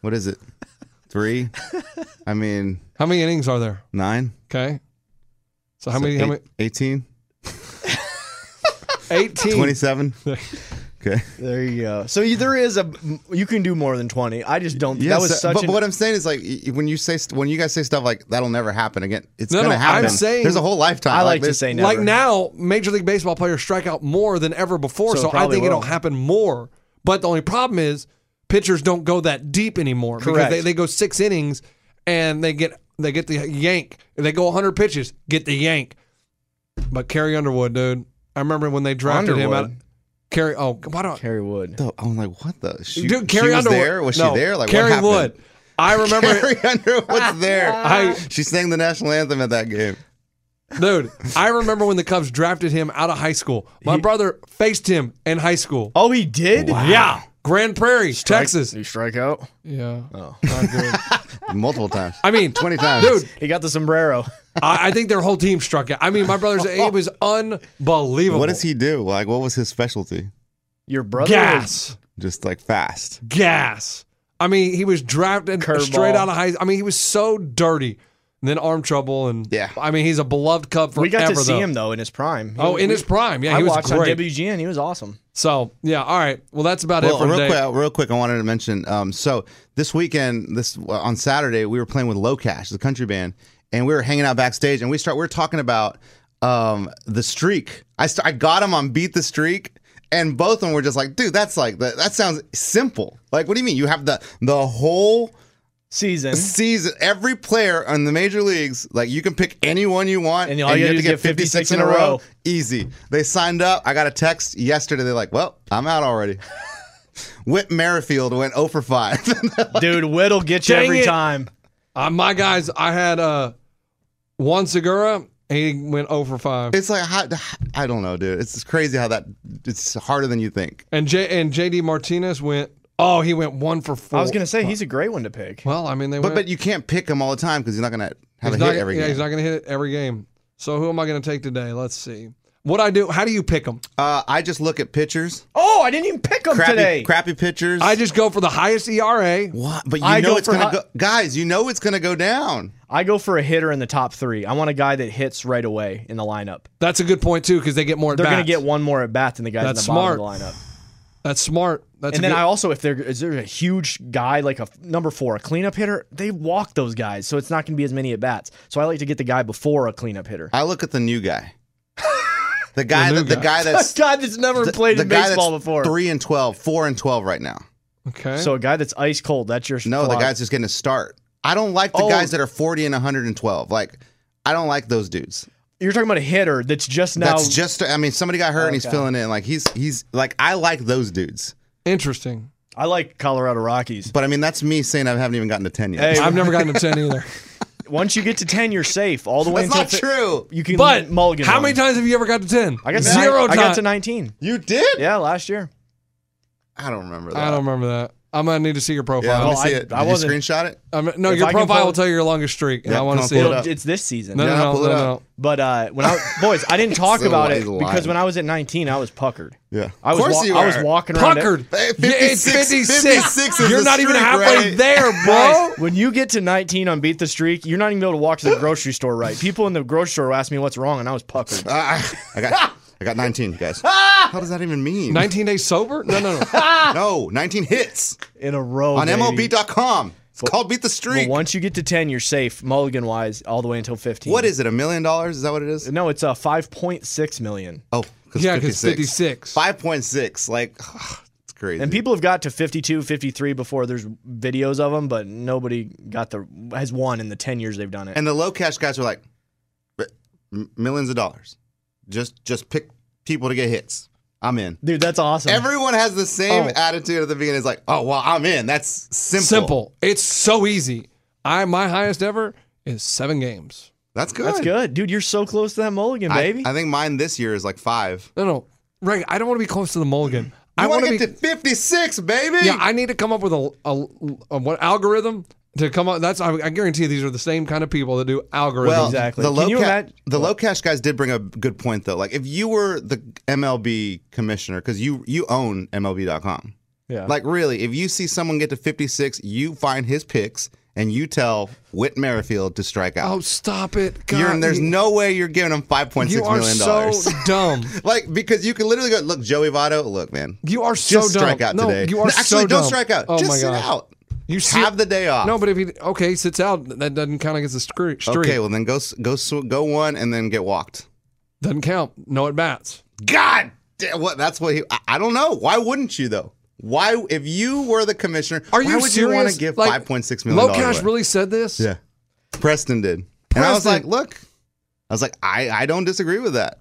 S2: What is it? Three. I mean,
S3: how many innings are there?
S2: nine.
S3: Okay. So how many? how many?
S2: 18,
S3: 18.
S2: 27. okay.
S4: There you go. So you- there is a you can do more than twenty. I just don't.
S2: Yes, uh,
S4: that was such.
S2: but,
S4: an-
S2: but what I'm saying is like y- y- when you say st- when you guys say stuff like that'll never happen again, it's
S3: No,
S2: gonna
S3: no, I'm
S2: happen.
S3: saying-
S2: there's a whole lifetime.
S4: I like to
S2: there's-
S4: say never.
S3: Like now, Major League Baseball players strike out more than ever before,
S4: So it
S3: so, I
S4: probably
S3: think it'll
S4: will.
S3: happen more. But the only problem is pitchers don't go that deep anymore because
S4: Correct.
S3: they, they go six innings and they get they get the yank. They go 100 pitches, get the yank. But Carrie Underwood, dude, I remember when they drafted him out.
S4: Underwood?
S3: Carrie, oh, why don't
S4: Carrie Wood.
S2: The- I'm like, what the? She,
S3: dude?
S2: she
S3: Carrie
S2: was
S3: Underwood
S2: there? Was
S3: no,
S2: she there? Like,
S3: Carrie
S2: what happened?
S3: Wood. I remember,
S2: Carrie
S3: it-
S2: Underwood's there.
S3: I-
S2: she sang the national anthem at that game.
S3: dude. I remember when the Cubs drafted him out of high school. My brother faced him in high school.
S4: Oh, he did.
S3: Yeah. Grand Prairie, Texas.
S4: You strike out.
S3: Yeah. Oh.
S2: Multiple times.
S3: I mean,
S2: 20 times.
S3: dude,
S4: He got the sombrero.
S3: I, I think their whole team struck out. I mean, my brother's, it was unbelievable.
S2: What does he do? Like, what was his specialty?
S4: Your brother.
S3: Gas.
S2: Just like fast.
S3: Gas. I mean, he was drafted
S4: Curveball.
S3: straight out of high. I mean, he was so dirty. And then arm trouble. And
S2: Yeah.
S3: I mean, he's a beloved Cub forever.
S4: We got to see
S3: though.
S4: him though in his prime.
S3: Oh,
S4: We-
S3: in
S4: we-
S3: his prime. Yeah,
S4: I
S3: he was
S4: watched
S3: great.
S4: on WGN. He was awesome.
S3: so, yeah, all right. Well, that's about it
S2: Well,
S3: for
S2: real
S3: today.
S2: quick, real quick, I wanted to mention. Um, so this weekend, this on Saturday, we were playing with Low Cash, the country band, and we were hanging out backstage, and we start we were talking about um the streak. I st- I got him on beat the streak. And both of them were just like, dude, that's like that, that sounds simple. Like, what do you mean? You have the the whole
S4: season.
S2: season every player in the major leagues like you can pick anyone you want
S4: And all you
S2: have
S4: gotta
S2: to
S4: do
S2: get
S4: is get
S2: 56 in a row easy they signed up i got a text yesterday they're like well i'm out already whit merrifield went 0 for 5
S4: Dude, Whitt'll get you
S3: Dang
S4: every
S3: it.
S4: time.
S3: Uh, my guys, I had uh, Juan Segura. He went 0 for 5.
S2: it's like how, i don't know dude it's crazy how that it's harder than you think
S3: And J and JD Martinez went. Oh, he went one for four.
S4: I was gonna say he's a great one to pick.
S3: Well, I mean, they
S2: but
S3: went.
S2: but you can't pick him all the time because you're not gonna have
S3: he's
S2: a
S3: not,
S2: hit every
S3: yeah,
S2: game
S3: he's not gonna hit it every game. So who am I gonna take today? Let's see. What I do? How do you pick them?
S2: uh, i just look at pitchers
S4: oh, I didn't even pick him
S2: crappy
S4: today.
S2: crappy pitchers
S3: I just go for the highest E ERA.
S2: what? But you
S4: I
S2: know
S4: go
S2: it's
S4: for
S2: gonna
S4: hi-
S2: go, guys. You know it's gonna go down.
S4: I go for a hitter in the top three. I want a guy that hits right away in the lineup.
S3: That's a good point too, because they get more.
S4: They're
S3: going
S4: gonna get one more at bat than the guys in the
S3: That's
S4: bottom
S3: smart.
S4: of the lineup.
S3: That's smart. That's
S4: and
S3: a
S4: then
S3: good-
S4: I also, if there is there a huge guy like a f- number four, a cleanup hitter, they walk those guys, so it's not going to be as many at bats. So I like to get the guy before a cleanup hitter.
S2: I look at the new guy. The guy, that, the guy that's
S4: a guy that's never
S2: the,
S4: played
S2: the
S4: in
S2: guy
S4: baseball
S2: that's
S4: before.
S2: Three and 12, 4 and twelve right now.
S3: okay.
S4: So a guy that's ice cold. That's your
S2: No, the
S4: flop.
S2: guy's just getting a start. I don't like the
S4: Oh.
S2: guys that are forty and one hundred and twelve. Like, I don't like those dudes.
S4: You're talking about a hitter that's just now.
S2: that's just. I mean, somebody got hurt and he's filling in. Like he's he's like I like those dudes.
S3: interesting.
S4: I like Colorado Rockies.
S2: But I mean, that's me saying I haven't even gotten to ten yet.
S4: Hey,
S3: I've never gotten to ten either.
S4: once you get to ten, you're safe all the way.
S2: that's
S4: until
S2: not
S4: fi-
S2: true.
S4: You can
S3: But
S4: mulligan.
S3: how
S4: one.
S3: many times have you ever got to ten?
S4: I got to
S3: zero
S4: I
S3: times.
S4: got to nineteen.
S2: You did?
S4: Yeah, last year.
S2: I don't remember that.
S3: I don't remember that. I'm gonna need to see your
S2: Yeah,
S3: profile.
S2: let me
S4: Well, I-
S2: see it. Did
S4: I
S2: you
S4: wasn't-
S2: screenshot it?
S3: I'm- no,
S4: If
S3: your
S4: I can
S3: profile
S4: pull-
S3: will tell you your longest streak, and
S2: Yeah,
S3: I
S2: come
S3: want to
S2: on,
S3: see it.
S2: pull it up.
S4: It's this season.
S3: No, no,
S2: Yeah,
S3: no,
S2: pull
S3: no,
S2: it
S3: no.
S2: up.
S4: But uh, when I boys, I didn't talk
S2: So
S4: about
S2: why
S4: it
S2: he's lying?
S4: because when I was at 19, I was puckered.
S2: Yeah.
S4: I was.
S2: Of course
S4: wa-
S2: you
S4: I was
S2: were.
S4: walking around.
S3: Puckered.
S2: Hey,
S3: Yeah, it's
S2: 56
S3: 56.
S2: 56 is
S3: You're
S2: the
S3: not even
S2: streak,
S3: halfway
S2: right?
S3: there, bro.
S4: Guys, when you get to 19 on Beat the Streak, you're not even able to walk to the grocery store right. People in the grocery store asked me what's wrong, and I was puckered.
S2: Ah, I got I got 19, you guys. How does that even mean?
S3: 19 days sober? No, no, no.
S2: No, 19 hits
S4: In a row.
S2: on
S4: baby.
S2: MLB.com. It's called Beat the
S4: But
S2: Streak.
S4: once you get to 10, you're safe, mulligan wise, all the way until 15.
S2: What is it? A million dollars? Is that what it is?
S4: No, it's uh, 5.6 million.
S2: Oh, cause
S3: Yeah, 'cause 56.
S2: 5.6. Like, it's crazy.
S4: And people have got to 52, 53 before there's videos of them, but nobody got the has won in the 10 years they've done it.
S2: and the low cash guys are like, "But m- millions of dollars. Just just pick people to get hits. I'm in.
S4: Dude, that's awesome.
S2: Everyone has the same
S4: Oh.
S2: attitude at the beginning. It's like, oh, well, I'm in. That's simple.
S3: Simple. It's so easy. I my highest ever is seven games.
S2: That's good.
S4: that's good. Dude, you're so close to that mulligan,
S2: I-
S4: baby.
S2: I think mine this year is like five.
S3: No, no. Right. I don't want to be close to the mulligan.
S2: I
S3: I
S2: want to
S3: be.
S2: get to 56, baby.
S3: yeah, I need to come up with a, a, a what algorithm to come up. That's I, I guarantee these are the same kind of people that do algorithms.
S2: well,
S4: Exactly.
S2: The
S4: Can
S2: low,
S4: you
S2: ca-
S4: imagine-
S2: the low cash guys did bring a good point though. Like if you were the MLB commissioner, because you you own MLB.com.
S4: Yeah.
S2: Like really, if you see someone get to 56, you find his picks and you tell Whit Merrifield to strike
S3: oh,
S2: out.
S3: stop it! Oh, God,
S2: you're, there's
S3: you-
S2: no way you're giving him 5.6
S3: You are
S2: million dollars.
S3: so dumb.
S2: like because you can literally go look Joey Votto. Look, man,
S3: You are so
S2: just
S3: dumb.
S2: strike out
S3: no,
S2: today.
S3: You are
S2: No, actually
S3: so
S2: don't
S3: dumb.
S2: strike out.
S3: Oh
S2: just
S3: my
S2: sit
S3: gosh.
S2: out.
S3: You
S2: Have the day off.
S3: No, but if he okay sits out, that doesn't count against the scre- streak.
S2: Okay, well then go s- go sw- go one and then get walked.
S3: doesn't count. No at bats.
S2: God, damn, what? That's what he. I, I don't know. Why wouldn't you though? Why, if you were the commissioner,
S3: Are you
S2: why would
S3: serious?
S2: you want to give
S3: Like,
S2: five point six million
S3: Low
S2: dollars?
S3: cash
S2: away?
S3: really said this.
S2: Yeah, Preston did, and I was like,
S3: Preston-
S2: look, I was like, I, I don't disagree with that.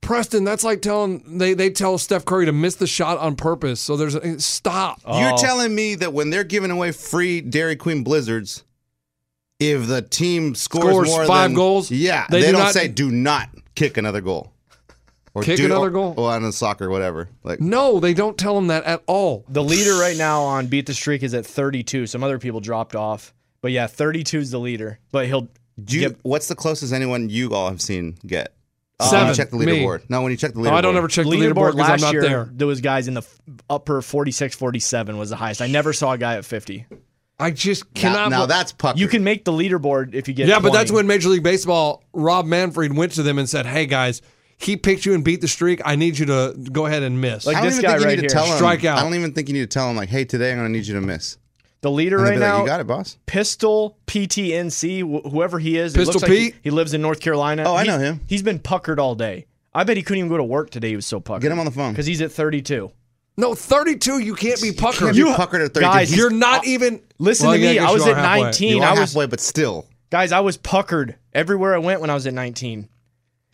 S3: Preston, that's like telling they they tell Steph Curry to miss the shot on purpose. So there's a, stop.
S4: Oh.
S2: You're telling me that when they're giving away free Dairy Queen blizzards, if the team scores,
S3: Scores
S2: more
S3: five
S2: than-
S3: goals,
S2: yeah, they,
S3: they do
S2: not
S3: not-
S2: say do not kick another goal, or
S3: Kick
S2: do-
S3: another
S2: or-
S3: goal?
S2: or on a soccer, whatever. Like,
S3: No, they don't tell him that at all.
S4: The leader right now on Beat the Streak is at 32. Some other people dropped off. But yeah, 32 is the leader. But he'll
S2: do you,
S4: get
S2: what's the closest anyone you all have seen get? Uh, When
S3: Seven.
S2: you check the
S3: Me.
S2: leaderboard. No, when you check the
S4: Oh,
S2: leaderboard.
S3: No, I don't ever check the leaderboard because I'm
S4: last
S3: not
S4: year,
S3: there.
S4: there was guys in the f- upper 46, 47 was the highest. I never saw a guy at 50.
S3: I just
S2: Now,
S3: cannot.
S2: now
S3: bel-
S2: that's pucker.
S4: You can make the leaderboard if you get.
S3: yeah, but that's
S4: 20.
S3: when Major League Baseball Rob Manfred went to them and said, "Hey guys, he picked you and beat the streak. I need you to go ahead and miss."
S4: Like-
S2: I don't
S4: this
S2: even
S4: guy
S2: think you
S4: right
S2: need
S4: here.
S2: to tell him.
S3: Strike out.
S2: I don't even think you need to tell him like, hey, today I'm going to need you to miss.
S4: the leader
S2: And they'll
S4: right
S2: be like,
S4: now,
S2: you got it, boss.
S4: Pistol PTNC, wh- whoever he is, it
S3: Pistol
S4: looks like he-
S3: Pete?
S4: he, lives in North Carolina.
S2: Oh, I
S4: He's-
S2: know him.
S4: He's been puckered all day. I bet he couldn't even go to work today. He was so puckered.
S2: Get him on the phone.
S4: because he's at 32.
S3: No, 32, you can't be
S2: Can't
S3: puckered.
S2: be puckered at 32.
S4: guys,
S2: He's-
S3: You're not even.
S4: Listen
S3: Well,
S4: to
S3: yeah,
S4: me.
S3: guess
S4: I
S3: you
S4: was
S3: are
S4: at
S3: halfway.
S4: 19.
S2: you
S4: I
S2: are
S4: was
S2: halfway, but still.
S4: guys. I was puckered everywhere I went when I was at 19.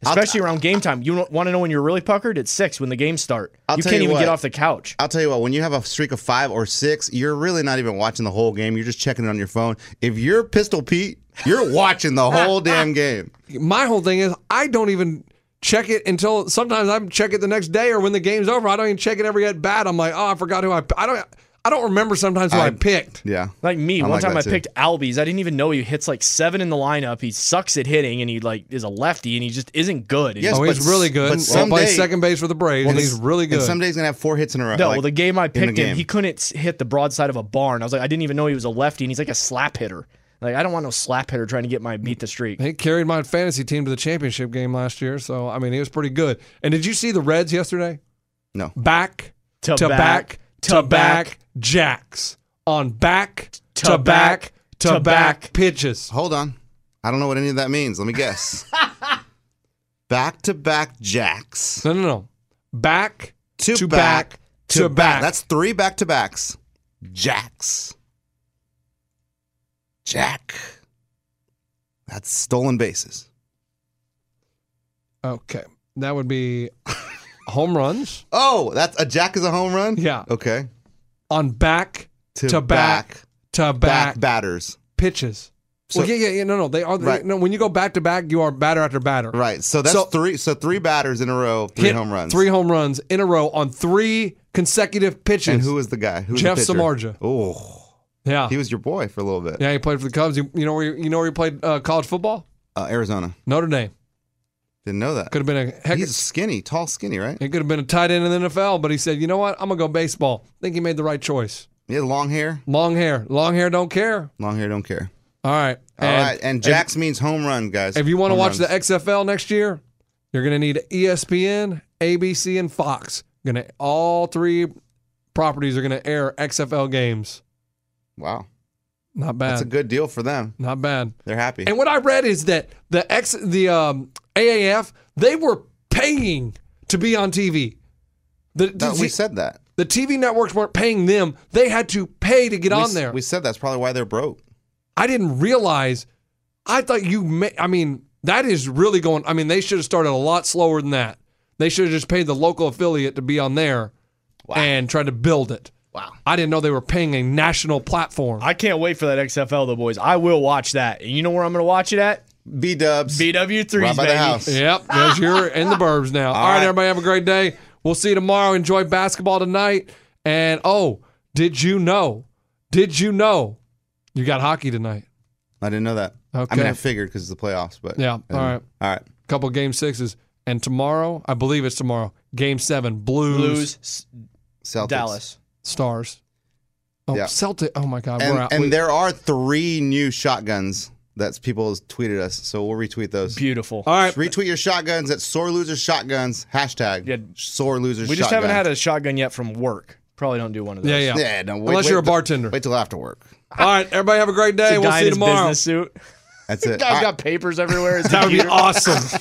S4: Especially around game time. You want to know when you're really puckered? It's six when the games start.
S2: I'll
S4: you
S2: tell
S4: can't
S2: you
S4: even get
S2: what.
S4: off the couch.
S2: I'll tell you what, when you have a streak of five or six, you're really not even watching the whole game. You're just checking it on your phone. If you're Pistol Pete, you're watching the whole damn game.
S3: My whole thing is, I don't even check it until sometimes I check it the next day or when the game's over. I don't even check it every at bat. I'm like, oh, I forgot who I. I don't. I don't remember sometimes who I, picked.
S2: Yeah.
S4: Like me,
S2: I'm
S4: one time
S2: that
S4: I
S2: too.
S4: picked Albies. I didn't even know he hits like seven in the lineup. He sucks at hitting, and he like is a lefty, and he just isn't good. And
S2: Yes,
S3: Oh,
S2: but
S3: he's really
S2: s-
S3: good.
S2: but
S3: he plays
S2: someday-
S3: second base for the Braves, and
S2: this-
S3: he's really good.
S2: And somebody's gonna have four hits in a row.
S4: No,
S2: like,
S4: well, the game I
S2: in the
S4: picked him,
S2: game.
S4: he couldn't s- hit the broadside of a barn. I was like, I didn't even know he was a lefty, and he's like a slap hitter. Like, I don't want no slap hitter trying to get my beat the streak.
S3: He carried my fantasy team to the championship game last year, so I mean he was pretty good. And did you see the Reds yesterday?
S2: No.
S3: Back
S4: To
S3: to back
S4: back,
S3: to
S4: to
S3: back
S4: back.
S3: jacks on back
S4: To
S3: to back
S4: back,
S3: to
S4: to
S3: back
S4: back.
S3: pitches.
S2: Hold on. I don't know what any of that means. Let me guess. back to back jacks.
S3: No, no, no. Back
S2: To,
S3: to back, to back.
S2: That's three back to backs. Jacks. Jack. That's stolen bases.
S3: okay. That would be home runs
S2: Oh, that's a jack is a home run?
S3: Yeah.
S2: Okay.
S3: on back to,
S2: To
S3: back,
S2: back,
S3: to back,
S2: Back batters.
S3: pitches. well,
S2: So-
S3: yeah, yeah, yeah, no, no, they are. they-
S2: Right.
S3: no, when you go back to back, you are batter after batter.
S2: Right. So that's
S3: So-
S2: three so three batters in a row, three
S3: Hit
S2: home runs.
S3: three home runs in a row on three consecutive pitches.
S2: and who was the guy? Who was
S3: Jeff
S2: the pitcher?
S3: Samardzija.
S2: Oh,
S3: Yeah,
S2: he was your boy for a little bit.
S3: yeah, he played for the Cubs. You, you know where he- you know where he played uh, college football?
S2: Uh, Arizona.
S3: Notre Dame.
S2: Didn't know that.
S3: Could have been a heck.
S2: He's skinny, tall, skinny, right?
S3: It could have been a tight end in the NFL, but he said, "You know what? I'm gonna go baseball." I think he made the right choice.
S2: He had long hair.
S3: Long hair, long hair, don't care.
S2: Long hair, don't care.
S3: All right,
S2: All right, and Jax means home run, guys.
S3: If, if you want to
S2: Home
S3: watch the
S2: runs.
S3: XFL next year, you're gonna need E ESPN, ABC, and Fox. Gonna all three properties are gonna air XFL games.
S2: wow,
S3: Not
S2: that's a
S3: bad.
S2: good deal for them.
S3: Not bad.
S2: They're happy.
S3: And what I read is that the ex the um, AAF they were paying to be on TV. The,
S2: No,
S3: the,
S2: we said that.
S3: the TV networks weren't paying them; they had to pay to get
S2: we,
S3: on
S2: s-
S3: there.
S2: We said that's probably why they're broke.
S3: I didn't realize. I thought you. May, I mean, that is really going. I mean, they should have started a lot slower than that. They should have just paid the local affiliate to be on there and tried to build it. Wow! I didn't know they were paying a national platform.
S4: I can't wait for that XFL, though, boys. I will watch that. And you know where I'm going to watch it at?
S2: B Dubs,
S4: BW3s,
S2: right by
S4: baby.
S2: the house.
S3: Yep, because you're in the burbs now. All right,
S2: right.
S3: everybody, have a great day. We'll see you tomorrow. Enjoy basketball tonight. And oh, did you know? Did you know you got hockey tonight?
S2: I didn't know that. I
S3: Okay.
S2: mean, I figured because it's the playoffs, but
S3: Yeah,
S2: I didn't-
S3: all right.
S2: all right.
S3: Couple game sixes. And tomorrow, I believe it's tomorrow, game seven, Blues,
S4: Blues, s-
S2: Celtics.
S4: Dallas.
S3: Stars. Oh,
S2: Yeah.
S3: Celtic. Oh, my God. we're
S2: And,
S3: out.
S2: and
S3: We-
S2: there are three new shotguns that people has tweeted us, so we'll retweet those.
S4: Beautiful.
S3: All right.
S2: Retweet your shotguns at sore losers shotguns hashtag
S4: Yeah.
S2: sore losers.
S4: we just haven't
S2: Shotguns.
S4: had a shotgun yet from work. Probably don't do one of those.
S3: Yeah, yeah.
S2: Yeah, no, wait,
S3: Unless
S2: wait
S3: you're a
S2: till-
S3: bartender.
S2: Wait till after work.
S3: All right, everybody, have a great day.
S4: The
S3: We'll see
S4: guy in
S3: you
S4: his
S3: tomorrow.
S4: business suit.
S2: That's it.
S4: Guy's
S2: I-
S4: got papers everywhere. His
S3: That would be
S4: computer.
S3: awesome.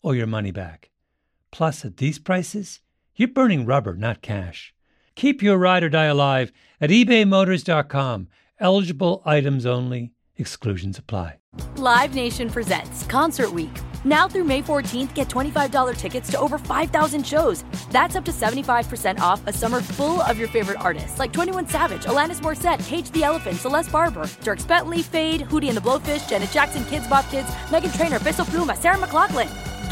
S8: or your money back. Plus, at these prices, you're burning rubber, not cash. Keep your ride or die alive at ebaymotors.com. Eligible items only, exclusions apply.
S7: Live Nation presents Concert Week. Now through May 14th, get $25 tickets to over 5,000 shows. That's up to 75% off a summer full of your favorite artists like 21 Savage, Alanis Morissette, Cage the Elephant, Celeste Barber, Dirk Bentley, Fade, Hootie and the Blowfish, Janet Jackson, Kids Bop Kids, Megan Trainor, Bissell Pluma, Sarah McLaughlin.